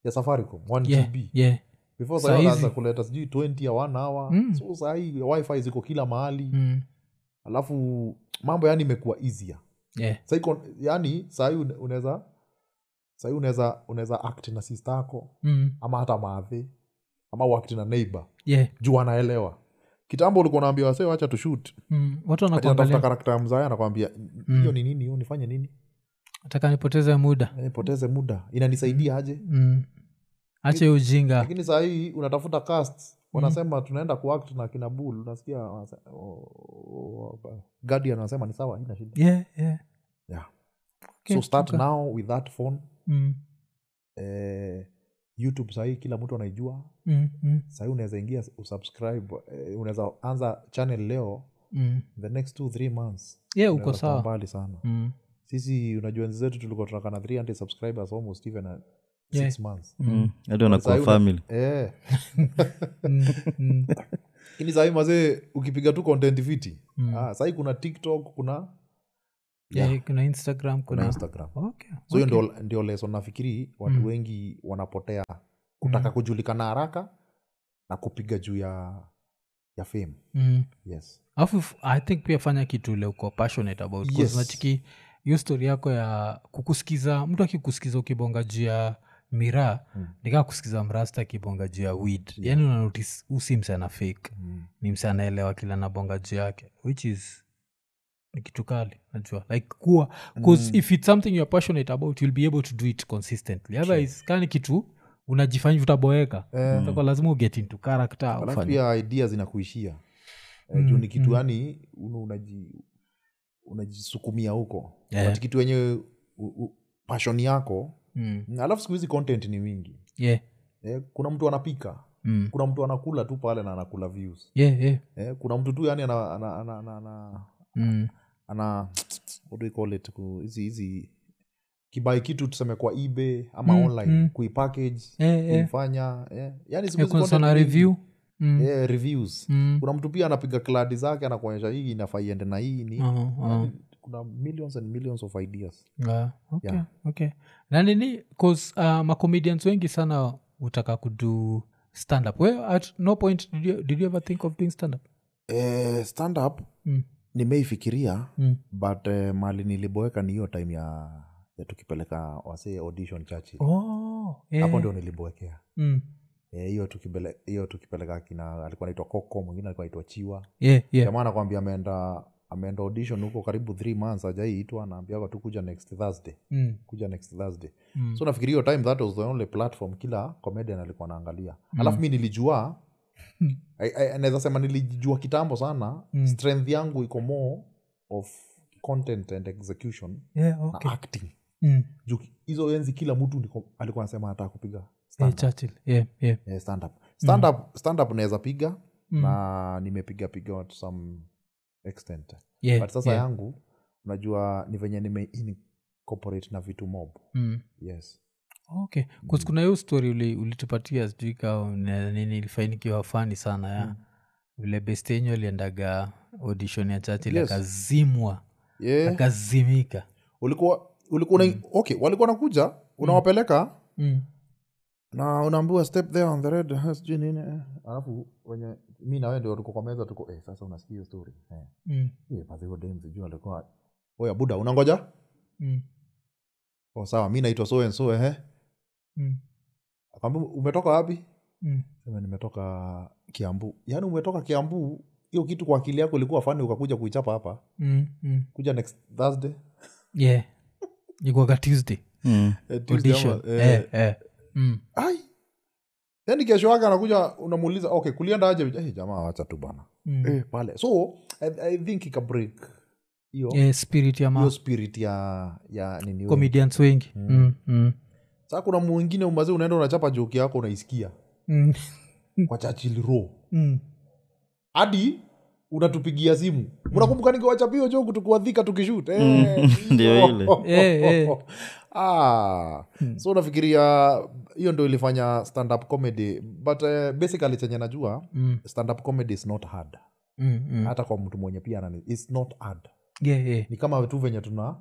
Speaker 1: ya safaricom 1
Speaker 2: yeah,
Speaker 1: gb
Speaker 2: yeah.
Speaker 1: before
Speaker 2: Saa
Speaker 1: sahii wanaanza
Speaker 2: hizi.
Speaker 1: kuleta sijui 20 ya 1 hour
Speaker 2: Mm.
Speaker 1: so sahii wifi ziko kila mahali
Speaker 2: Mm,
Speaker 1: alafu mambo yani imekuwa easier
Speaker 2: yeah.
Speaker 1: Sai kon- yani sahii unaweza sahii unaweza unaweza act na sista yako
Speaker 2: mm.
Speaker 1: ama hata maadhi ama uact na neighbor
Speaker 2: yeah.
Speaker 1: juu anaelewa kitambo ulikuwa unaambia wasee wacha tushut
Speaker 2: mm. watu
Speaker 1: tafuta
Speaker 2: wanakuangalia
Speaker 1: karakta ya mzaya anakwambia
Speaker 2: Mm.
Speaker 1: hiyo ni nini hiyo nifanye nini
Speaker 2: nataka nipoteze muda
Speaker 1: nipoteze muda inanisaidia aje
Speaker 2: mm. acha hiyo ujinga
Speaker 1: lakini saa hii unatafuta cast
Speaker 2: Mhm.
Speaker 1: wanasema tunaenda kuact na kina bull unasikia oh, wanase- o- o- o- oh, guardian wanasema ni sawa haina shida
Speaker 2: yeah, yeah.
Speaker 1: yeah.
Speaker 2: Okay,
Speaker 1: so start
Speaker 2: okay.
Speaker 1: now with that phone
Speaker 2: Mm.
Speaker 1: eh, youtube sahii kila mtu anaijua
Speaker 2: Mm. Mm.
Speaker 1: sahii unaweza ingia usubscribe eh, unaweza anza channel leo
Speaker 2: Mm.
Speaker 1: the next two three months
Speaker 2: yeah uko
Speaker 1: unaweza kuwa
Speaker 2: sawa
Speaker 1: mbali sana
Speaker 2: mm.
Speaker 1: sisi unajua enzi zetu tulikuwa tunakana 300 subscribers almost even a
Speaker 2: Yeah.
Speaker 1: six months
Speaker 3: Mm. hadi wanakuwa
Speaker 1: Sasa una-
Speaker 3: family
Speaker 1: Eh,
Speaker 2: Mm. Mm.
Speaker 1: ini sahii mazee ukipiga tu content fiti
Speaker 2: Mm.
Speaker 1: <laughs> ah, sahii kuna tiktok kuna
Speaker 2: Yeah,
Speaker 1: Yeah.
Speaker 2: kuna instagram kuna,
Speaker 1: kuna instagram
Speaker 2: Okay.
Speaker 1: so hiyo
Speaker 2: okay.
Speaker 1: ndio, ndio leso nafikiri watu
Speaker 2: Mm.
Speaker 1: wengi wanapotea kutaka kujulikana haraka na kupiga juu ya ya fame
Speaker 2: mm.
Speaker 1: yes
Speaker 2: alafu f- i think pia fanya kitu ile uko passionate about 'Cause
Speaker 1: Yes.
Speaker 2: nachiki hiyo story yako ya kukusikiza mtu akikusikiza ukibonga juu ya miraa
Speaker 1: Mm.
Speaker 2: nikaa kusikiza mrasta akibonga juu ya weed yaani unanotis usi msana fake
Speaker 1: mm.
Speaker 2: ni msa anaelewa kila nabonga juu yake which is ni kitu kali najua like kuwa bcause mm. if it's something youare passionate about you'll be able to do it consistently otherwise kani kitu unajifanya utaboeka
Speaker 1: Eh.
Speaker 2: Utakuwa lazima uget into character
Speaker 1: alafu
Speaker 2: ufanye-
Speaker 1: pia idea zinakuishia mm,
Speaker 2: Mm,
Speaker 1: juu ni kitu
Speaker 2: mm.
Speaker 1: yani unaji unajisukumia huko
Speaker 2: Yeah.
Speaker 1: yeah. kitu yenyewe pashon yako
Speaker 2: Mm.
Speaker 1: Mm, alafu siku hizi content ni mingi
Speaker 2: yeah.
Speaker 1: eh, kuna mtu anapika
Speaker 2: Mm.
Speaker 1: kuna mtu anakula tu pale na anakula views
Speaker 2: yeah, yeah.
Speaker 1: eh, kuna mtu tu yani ana, ana, ana, ana, ana,
Speaker 2: Mm.
Speaker 1: ana what do you call it Ku- hizi hizi kibai kitu tuseme kwa ebay ama
Speaker 2: Mm,
Speaker 1: online
Speaker 2: mm.
Speaker 1: kuipackage
Speaker 2: Eh, eh.
Speaker 1: kuifanya eh. yani siku
Speaker 2: Eh,
Speaker 1: hizi
Speaker 2: kuna
Speaker 1: content
Speaker 2: sana
Speaker 1: mingi.
Speaker 2: review Mm.
Speaker 1: Eh, reviews
Speaker 2: Mm.
Speaker 1: kuna mtu pia anapiga kladi zake anakuonyesha hii inafaa iende na hii ni
Speaker 2: Aha, aha.
Speaker 1: Yaani, kuna millions and millions of ideas
Speaker 2: Ah, okay,
Speaker 1: Yeah.
Speaker 2: okay. na nini bcause uh, macomedians wengi sana utaka kudu stand up well, at no point did you, did you ever think of doing stand up
Speaker 1: eh, stand up
Speaker 2: mm.
Speaker 1: nimeifikiria
Speaker 2: Mm.
Speaker 1: but eh, mali niliboeka ni hiyo time ya, ya tukipeleka wase audition churchill
Speaker 2: Oh, eh.
Speaker 1: hapo ndio niliboekea
Speaker 2: Mm.
Speaker 1: Eh, hiyo tukipele- hiyo tukipeleka kina alikuwa naitwa koko mwingine alikuwa naitwa chiwa
Speaker 2: yeah, yeah.
Speaker 1: jamaa anakwambia ameenda ameenda audition huko karibu th months ajaiitwa naambiaga tu kuja next thursday
Speaker 2: Mm.
Speaker 1: kuja next thursday
Speaker 2: Mm.
Speaker 1: so nafikiri hiyo time that was the only platform kila comedian alikuwa naangalia mm. alafu mi nilijua
Speaker 2: Mm.
Speaker 1: I- I- naweza sema nilijua kitambo sana
Speaker 2: Mm.
Speaker 1: mm. strength yangu iko more of content and execution
Speaker 2: yeah,
Speaker 1: na
Speaker 2: okay.
Speaker 1: acting
Speaker 2: mm.
Speaker 1: juu hizo enzi kila mtu ndiko- alikuwa anasema hata kupiga
Speaker 2: eh,
Speaker 1: stand-up.
Speaker 2: Churchill. yeah, yeah.
Speaker 1: Eh, stand-up. Stand-up- stand-up naweza piga
Speaker 2: Mm.
Speaker 1: na nimepiga piga to some extent
Speaker 2: yeah,
Speaker 1: but sasa
Speaker 2: yeah.
Speaker 1: yangu unajua ni venye nime incorporate na vitu mob
Speaker 2: Mm.
Speaker 1: yes
Speaker 2: okay
Speaker 1: Mm.
Speaker 2: 'Cause kuna hiyo story uli- ulitupatia sijui kaa nini ilifanikiwa fani sana
Speaker 1: Mm.
Speaker 2: ya vile bestenyo aliendaga audition ya churchill
Speaker 1: Yes.
Speaker 2: akazimwa
Speaker 1: yeah.
Speaker 2: akazimika
Speaker 1: Eh, ulikuwa ulikuwa mm. okay walikuwa nakuja unawapeleka mm.
Speaker 2: mm.
Speaker 1: na unaambiwa step there on the red eh, sijui nini eh. alafu wenye mi nawe ndio tuko kwa meza tuko eh, sasa unasikia hiyo story eh.
Speaker 2: Mm.
Speaker 1: Eh, but hiyo dem sijui alikuwa oya buda unangoja
Speaker 2: Mm.
Speaker 1: oh, sawa mi naitwa so and so ehe
Speaker 2: Mm.
Speaker 1: akamwambia umetoka wapi
Speaker 2: Mm.
Speaker 1: sema nimetoka kiambu yaani umetoka kiambu hiyo kitu kwa akili yako ilikuwa fani ukakuja kuichapa hapa
Speaker 2: Mm. Mm.
Speaker 1: kuja next thursday
Speaker 2: yeah ikwaga tuesday
Speaker 1: <laughs>
Speaker 3: Mm.
Speaker 1: eh, Tuesday ama,
Speaker 2: audition
Speaker 1: eh,
Speaker 2: eh, eh. Mm.
Speaker 1: ai yani kesho yake anakuja unamuuliza okay kulienda aje eh, jamaa wacha tu bana
Speaker 2: Mm.
Speaker 1: eh, pale so I, i think ika break hiyo
Speaker 2: Eh, spirit ya
Speaker 1: hiyo
Speaker 2: ma
Speaker 1: spirit ya ya nini wewe.
Speaker 2: comedians wengi mm. Mm.
Speaker 1: sasa kuna mwingine umazi unaenda unachapa joki yako unaisikia
Speaker 2: Mm.
Speaker 1: kwa chachil ro
Speaker 2: Mm.
Speaker 1: hadi unatupigia simu
Speaker 2: Mm.
Speaker 1: mnakumbuka nikiwachapa hiyo joku tukuwadhika tukishut eh,
Speaker 3: Ndio
Speaker 2: <laughs>
Speaker 3: ile.
Speaker 2: Eh,
Speaker 1: <laughs>
Speaker 2: eh. Hmm.
Speaker 1: Ah, so nafikiria hiyo ndo ilifanya stand up comedy but uh, basically chenye najua
Speaker 2: Mm.
Speaker 1: stand up comedy is not hard
Speaker 2: Mm. Mm.
Speaker 1: hata kwa mtu mwenye pia anani it's not hard
Speaker 2: yeah, yeah.
Speaker 1: ni kama tu venye tuna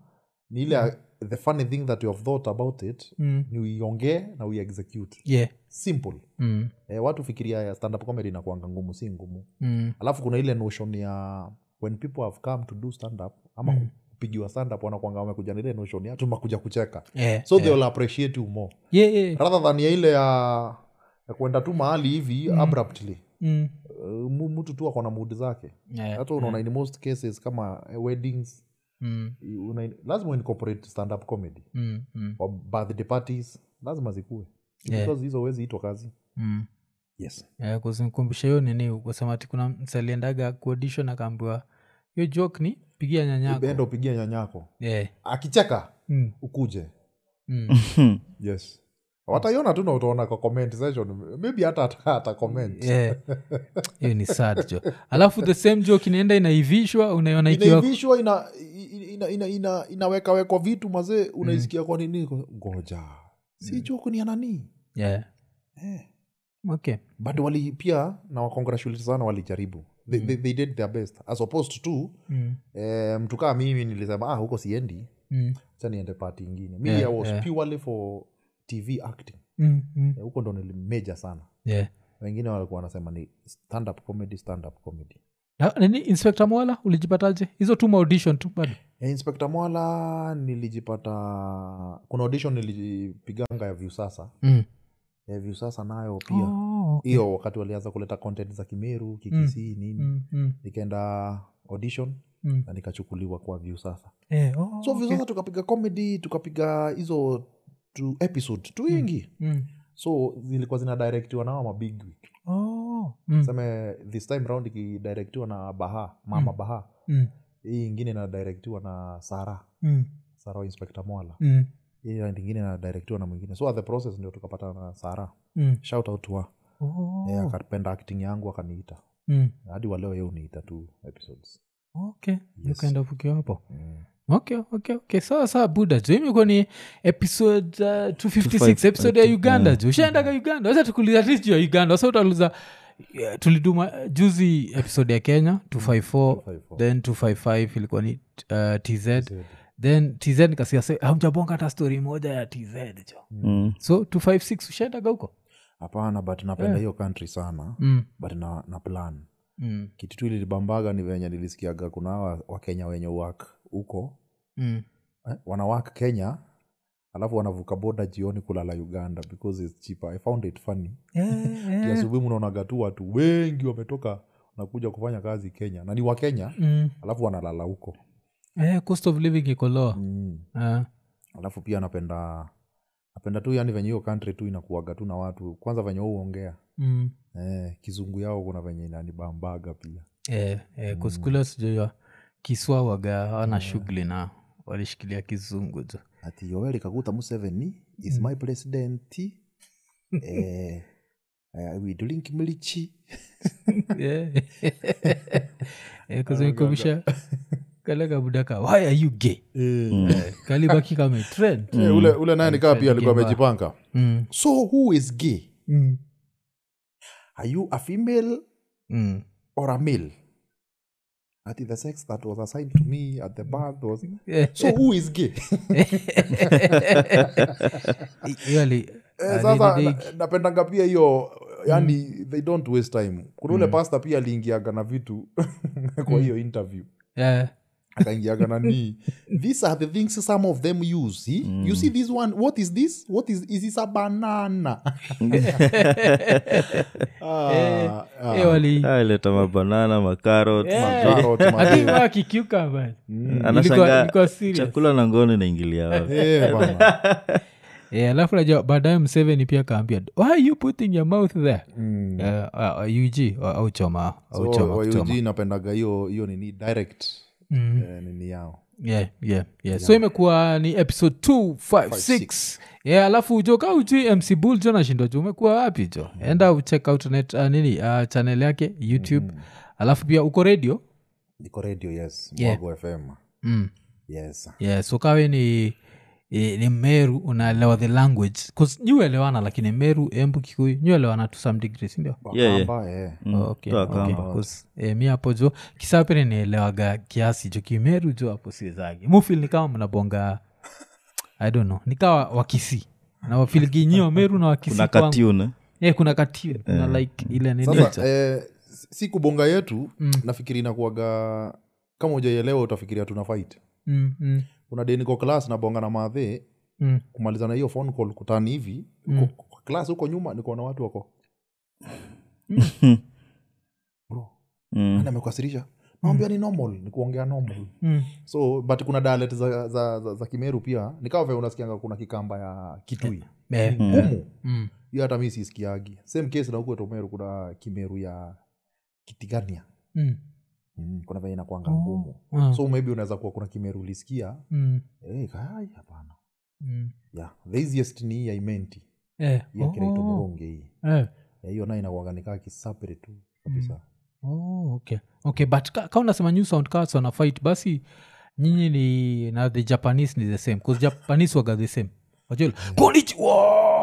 Speaker 1: ni ile the funny thing that you have thought about it
Speaker 2: Mm.
Speaker 1: ni uiongee na uiexecute
Speaker 2: yeah.
Speaker 1: simple
Speaker 2: Mm.
Speaker 1: eh, watu fikiria ya stand up comedy inakuanga ngumu si ngumu
Speaker 2: Mm. Hmm.
Speaker 1: alafu kuna ile notion ya when people have come to do stand up ama mm. kupigiwa stand-up wanakwanga wamekuja nile notion ya tumakuja kucheka
Speaker 2: yeah,
Speaker 1: so
Speaker 2: yeah.
Speaker 1: they will appreciate you more
Speaker 2: yeah, yeah.
Speaker 1: rather than ya ile ya, ya kuenda tu mahali hivi abruptly
Speaker 2: Mm.
Speaker 1: Uh, mu- mtu tu akona mood zake
Speaker 2: Yeah.
Speaker 1: hata unaona in most cases kama eh, weddings
Speaker 2: Mm,
Speaker 1: una, lazima incorporate stand-up comedy
Speaker 2: mm, mm,
Speaker 1: or birthday parties lazima zikuwe
Speaker 2: Yeah.
Speaker 1: because hizo wezi itwa kazi
Speaker 2: mm.
Speaker 1: yes
Speaker 2: Yeah, 'cause nikumbusha hiyo nini kusema ati kuna msaliendaga kuodishon akaambiwa hiyo jok ni pigia
Speaker 1: enda
Speaker 2: nyanyako
Speaker 1: upigie nyanyako
Speaker 2: yeah.
Speaker 1: akicheka
Speaker 2: mm,
Speaker 1: ukuje
Speaker 2: mm.
Speaker 1: yes wataiona tu na utaona kwa comment session maybe hata hata, hata comment
Speaker 2: Yeah. hiyo ni sad jo alafu the same joke inaenda inaivishwa unaiona ikiwa
Speaker 1: inaivishwa ina, ina, ina, ina, inawekawekwa vitu mazee unaisikia kwa nini ngoja si chuku ni ya nani
Speaker 2: yeah. Eh. okay
Speaker 1: but wali pia na wakongratulate sana walijaribu they, they, they did their best as opposed to
Speaker 2: mm.
Speaker 1: eh, mtu kaa mimi nilisema ah huko siendi
Speaker 2: Mm.
Speaker 1: sa niende pati ingine mi
Speaker 2: Yeah,
Speaker 1: I was
Speaker 2: yeah.
Speaker 1: purely for tv acting
Speaker 2: Mm. Mm.
Speaker 1: Eh, huko ndo nilimeja sana
Speaker 2: Yeah.
Speaker 1: wengine walikuwa wanasema ni stand up comedy stand up comedy
Speaker 2: Na- nini inspekta mwala ulijipataje hizo tu maaudition tu bado
Speaker 1: Eh, inspector mwala nilijipata kuna audition nilijipiganga ya vyu sasa
Speaker 2: mm.
Speaker 1: ya vyu Eh, sasa nayo pia
Speaker 2: oh,
Speaker 1: hiyo wakati walianza kuleta content za kimeru kikisii nini
Speaker 2: mm. Mm.
Speaker 1: nikaenda audition
Speaker 2: Mm.
Speaker 1: na nikachukuliwa kwa vyu sasa
Speaker 2: Eh, oh,
Speaker 1: so vyu
Speaker 2: okay.
Speaker 1: sasa tukapiga comedy tukapiga hizo tu episode tu wingi
Speaker 2: mm.
Speaker 1: so zilikuwa zinadirektiwa na hawa mabigwi
Speaker 2: oh. mm.
Speaker 1: seme this time round ikidirektiwa na baha mama
Speaker 2: Mm.
Speaker 1: baha
Speaker 2: Mm.
Speaker 1: hii ingine inadirektiwa na sara
Speaker 2: Mm.
Speaker 1: sara wa inspekta mwala
Speaker 2: Mm.
Speaker 1: hii round ingine inadirektiwa na mwingine so at the process ndio tukapata na sara
Speaker 2: Mm.
Speaker 1: shout out to her
Speaker 2: Oh.
Speaker 1: Eh, akapenda acting yangu akaniita
Speaker 2: Mm.
Speaker 1: hadi waleo ye uniita tu episodes
Speaker 2: okay
Speaker 1: Yes.
Speaker 2: ukaenda ukiwa hapo
Speaker 1: mm.
Speaker 2: okay okay okay sawa sawa buda jo imekuwa ni episode uh, 256
Speaker 3: 255,
Speaker 2: episode ya uganda
Speaker 3: yeah.
Speaker 2: jo ushaendaga uganda wasa tukuliza at least juu ya uganda wasa utauliza yeah, tuliduma uh, juzi episode ya kenya 254
Speaker 1: 254.
Speaker 2: then 255 ilikuwa ni uh, tz
Speaker 1: Zed.
Speaker 2: then tz nikasikia se hamjabonga hata story moja ya tz jo
Speaker 3: Mm.
Speaker 2: so 256 ushaendaga huko
Speaker 1: hapana but napenda
Speaker 2: Eh.
Speaker 1: hiyo country sana
Speaker 2: mm.
Speaker 1: but na, na plan
Speaker 2: Mm.
Speaker 1: kitu tu ilibambaga ni venye nilisikiaga kuna hawa wakenya wenye wak huko
Speaker 2: Mm.
Speaker 1: eh, wanawak kenya alafu wanavuka boda jioni kulala uganda because its cheaper i found it funny
Speaker 2: Eh, eh.
Speaker 1: kiasubuhi mnaonaga tu watu wengi wametoka nakuja kufanya kazi kenya na ni wa kenya
Speaker 2: Mm.
Speaker 1: alafu wanalala huko
Speaker 2: Eh, cost of living iko loa
Speaker 1: mm.
Speaker 2: Ah.
Speaker 1: alafu pia napenda napenda tu yani venye hiyo country tu inakuaga tu na watu kwanza venye huongea
Speaker 2: mm.
Speaker 1: eh, kizungu yao kuna venye inanibambaga pia
Speaker 2: Eh, eh, kuskule sijajua kiswa waga hawana shughuli na walishikilia kizungu tu
Speaker 1: ati yoeli kaguta museveni is my <laughs> president eh, eh, we drink milichi
Speaker 2: Eh, <laughs> eh, kuzimikumbisha kale kabudaka why are you gay
Speaker 3: Mm.
Speaker 2: Eh, kalibaki kame trend
Speaker 1: Eh, ule, ule naye nikaa pia alikuwa
Speaker 2: Gimba.
Speaker 1: amejipanga
Speaker 2: Mm,
Speaker 1: so who is gay
Speaker 2: mm,
Speaker 1: are you a female
Speaker 2: mm. <laughs>
Speaker 1: or a male ati the sex that was assigned to me at the birth was <laughs>
Speaker 2: Eh,
Speaker 1: so who is gay
Speaker 2: hiyo ali-
Speaker 1: Eh, sasa
Speaker 2: alinideki.
Speaker 1: na- Mm. napendanga pia hiyo yani they don't waste time kuna ule pasta pia aliingiaga na vitu <laughs> kwa hiyo interview
Speaker 2: Eh,
Speaker 1: akaingiaga na nii <laughs> these are the things some of them use see? you see this one what is this what is, is this a <laughs> banana ah, ah,
Speaker 2: hiyo
Speaker 3: <laughs>
Speaker 2: ali-
Speaker 3: Ah, leta mabanana makarot
Speaker 1: <laughs>
Speaker 2: Eh,
Speaker 1: makarot,
Speaker 2: I think
Speaker 1: mazee.
Speaker 2: wao kikiuka
Speaker 1: Mm.
Speaker 3: anashanga
Speaker 2: Eh. ilikuwa serious.
Speaker 3: chakula na ngono inaingilia wapi
Speaker 1: Eh, bana.
Speaker 2: Eh, alafu najua baadaye mseveni pia kaambia why are you putting your mouth there
Speaker 1: Mm.
Speaker 2: Eh, ah, ah, ug au- au choma au
Speaker 1: So,
Speaker 2: choma
Speaker 1: wa
Speaker 2: kuchoma.
Speaker 1: UG napendaga hiyo hiyo nini direct
Speaker 2: Mhm.
Speaker 1: eh, nini yao
Speaker 2: Yeah, yeah, yeah. so imekuwa ni episode 256 yeah, alafu jo ka ujui mc bull jo nashindwa jo umekuwa wapi jo
Speaker 1: Mm.
Speaker 2: enda ucheck out net, ah, nini ah, channel yake youtube
Speaker 1: Mm.
Speaker 2: alafu pia uko radio
Speaker 1: niko radio yes
Speaker 2: Yeah.
Speaker 1: mwago fm
Speaker 2: mm.
Speaker 1: yes
Speaker 2: yeah, so kawe ni ni ni meru unaelewa the language nyuelewana lakini meru embu kikuyu nyuelewana to some degree sindio
Speaker 3: Yeah, yeah.
Speaker 1: Wakamba, eh.
Speaker 3: Mm.
Speaker 2: Oh, Okay,
Speaker 3: toa
Speaker 2: okay,
Speaker 3: kamba.
Speaker 2: because, eh, mi hapo jo kisapere nielewaga kiasi jo kimeru jo hapo siwezagi mufil ni kama mnabonga i don't know nikawa wakisi na wafilginyio meru na wakisi
Speaker 3: kuna
Speaker 2: kwangu.
Speaker 3: katune
Speaker 2: Eh, kuna katio kuna like ile nini
Speaker 1: sasa
Speaker 2: jo.
Speaker 1: eh, si kubonga yetu nafikiri inakuaga kama ujaielewa utafikiria tuna fight
Speaker 2: mm, mm,
Speaker 1: kuna day niko class nabonga na madhe
Speaker 2: mm.
Speaker 1: kumaliza na hiyo phone call kutani hivi
Speaker 2: Mm.
Speaker 1: mm. class huko nyuma niko na watu wako bro
Speaker 3: Mm.
Speaker 1: mm. amekasirisha naambia ni normal ni kuongea normal
Speaker 2: Mm.
Speaker 1: so but kuna dialect za, za, za, za kimeru pia nikawa vile unasikianga kuna kikamba ya kitui
Speaker 2: Eh,
Speaker 1: ngumu
Speaker 2: mm,
Speaker 1: hiyo hata mi siskiagi same case na huku tomeru kuna kimeru ya kitigania
Speaker 2: mm.
Speaker 1: mm. kuna venye nakwanga
Speaker 2: Oh.
Speaker 1: ngumu
Speaker 2: Ah,
Speaker 1: so maybe unaweza kuwa kuna kimeru ulisikia
Speaker 2: mm,
Speaker 1: eh, kai hapana
Speaker 2: mm.
Speaker 1: yeah. the easiest ni hii ya imenti
Speaker 2: Eh,
Speaker 1: hii ya kiraito
Speaker 2: oh,
Speaker 1: moronge hii
Speaker 2: eh,
Speaker 1: Ya hiyo nayo inakuanga nikaa kisapere tu kabisa
Speaker 2: oh, okay. okay but ka, ka unasema new sound cars wana fight basi nyinyi ni na the japanese ni the same bcause japanese waga the same wajul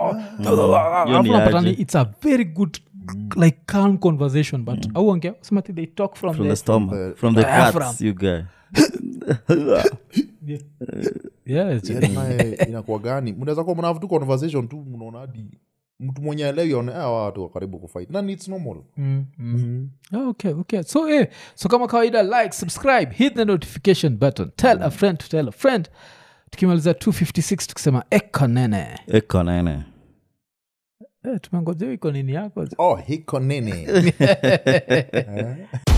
Speaker 2: Mm.
Speaker 3: Hiyo ni aje.
Speaker 2: it's a very good like calm conversation but mm. auongea sema ati they talk from,
Speaker 3: from
Speaker 2: the,
Speaker 3: the stomach from the
Speaker 2: Diaphragm.
Speaker 3: guts you guy
Speaker 2: yeah, it's-
Speaker 1: Yaani naye inakuwa gani mnaweza kuwa mnahave tu conversation tu mnaona hadi mtu mwenye alewi aone "Ah, hawa watu wa karibu kufight na its normal
Speaker 2: Mm, mm. Oh, okay okay so eh, so kama kawaida like subscribe hit the notification button tell a friend to tell a friend tukimaliza 256 tukisema eka nene
Speaker 3: eko nene
Speaker 2: eh, tumengojea iko nini yako
Speaker 1: oh hiko nene Eh?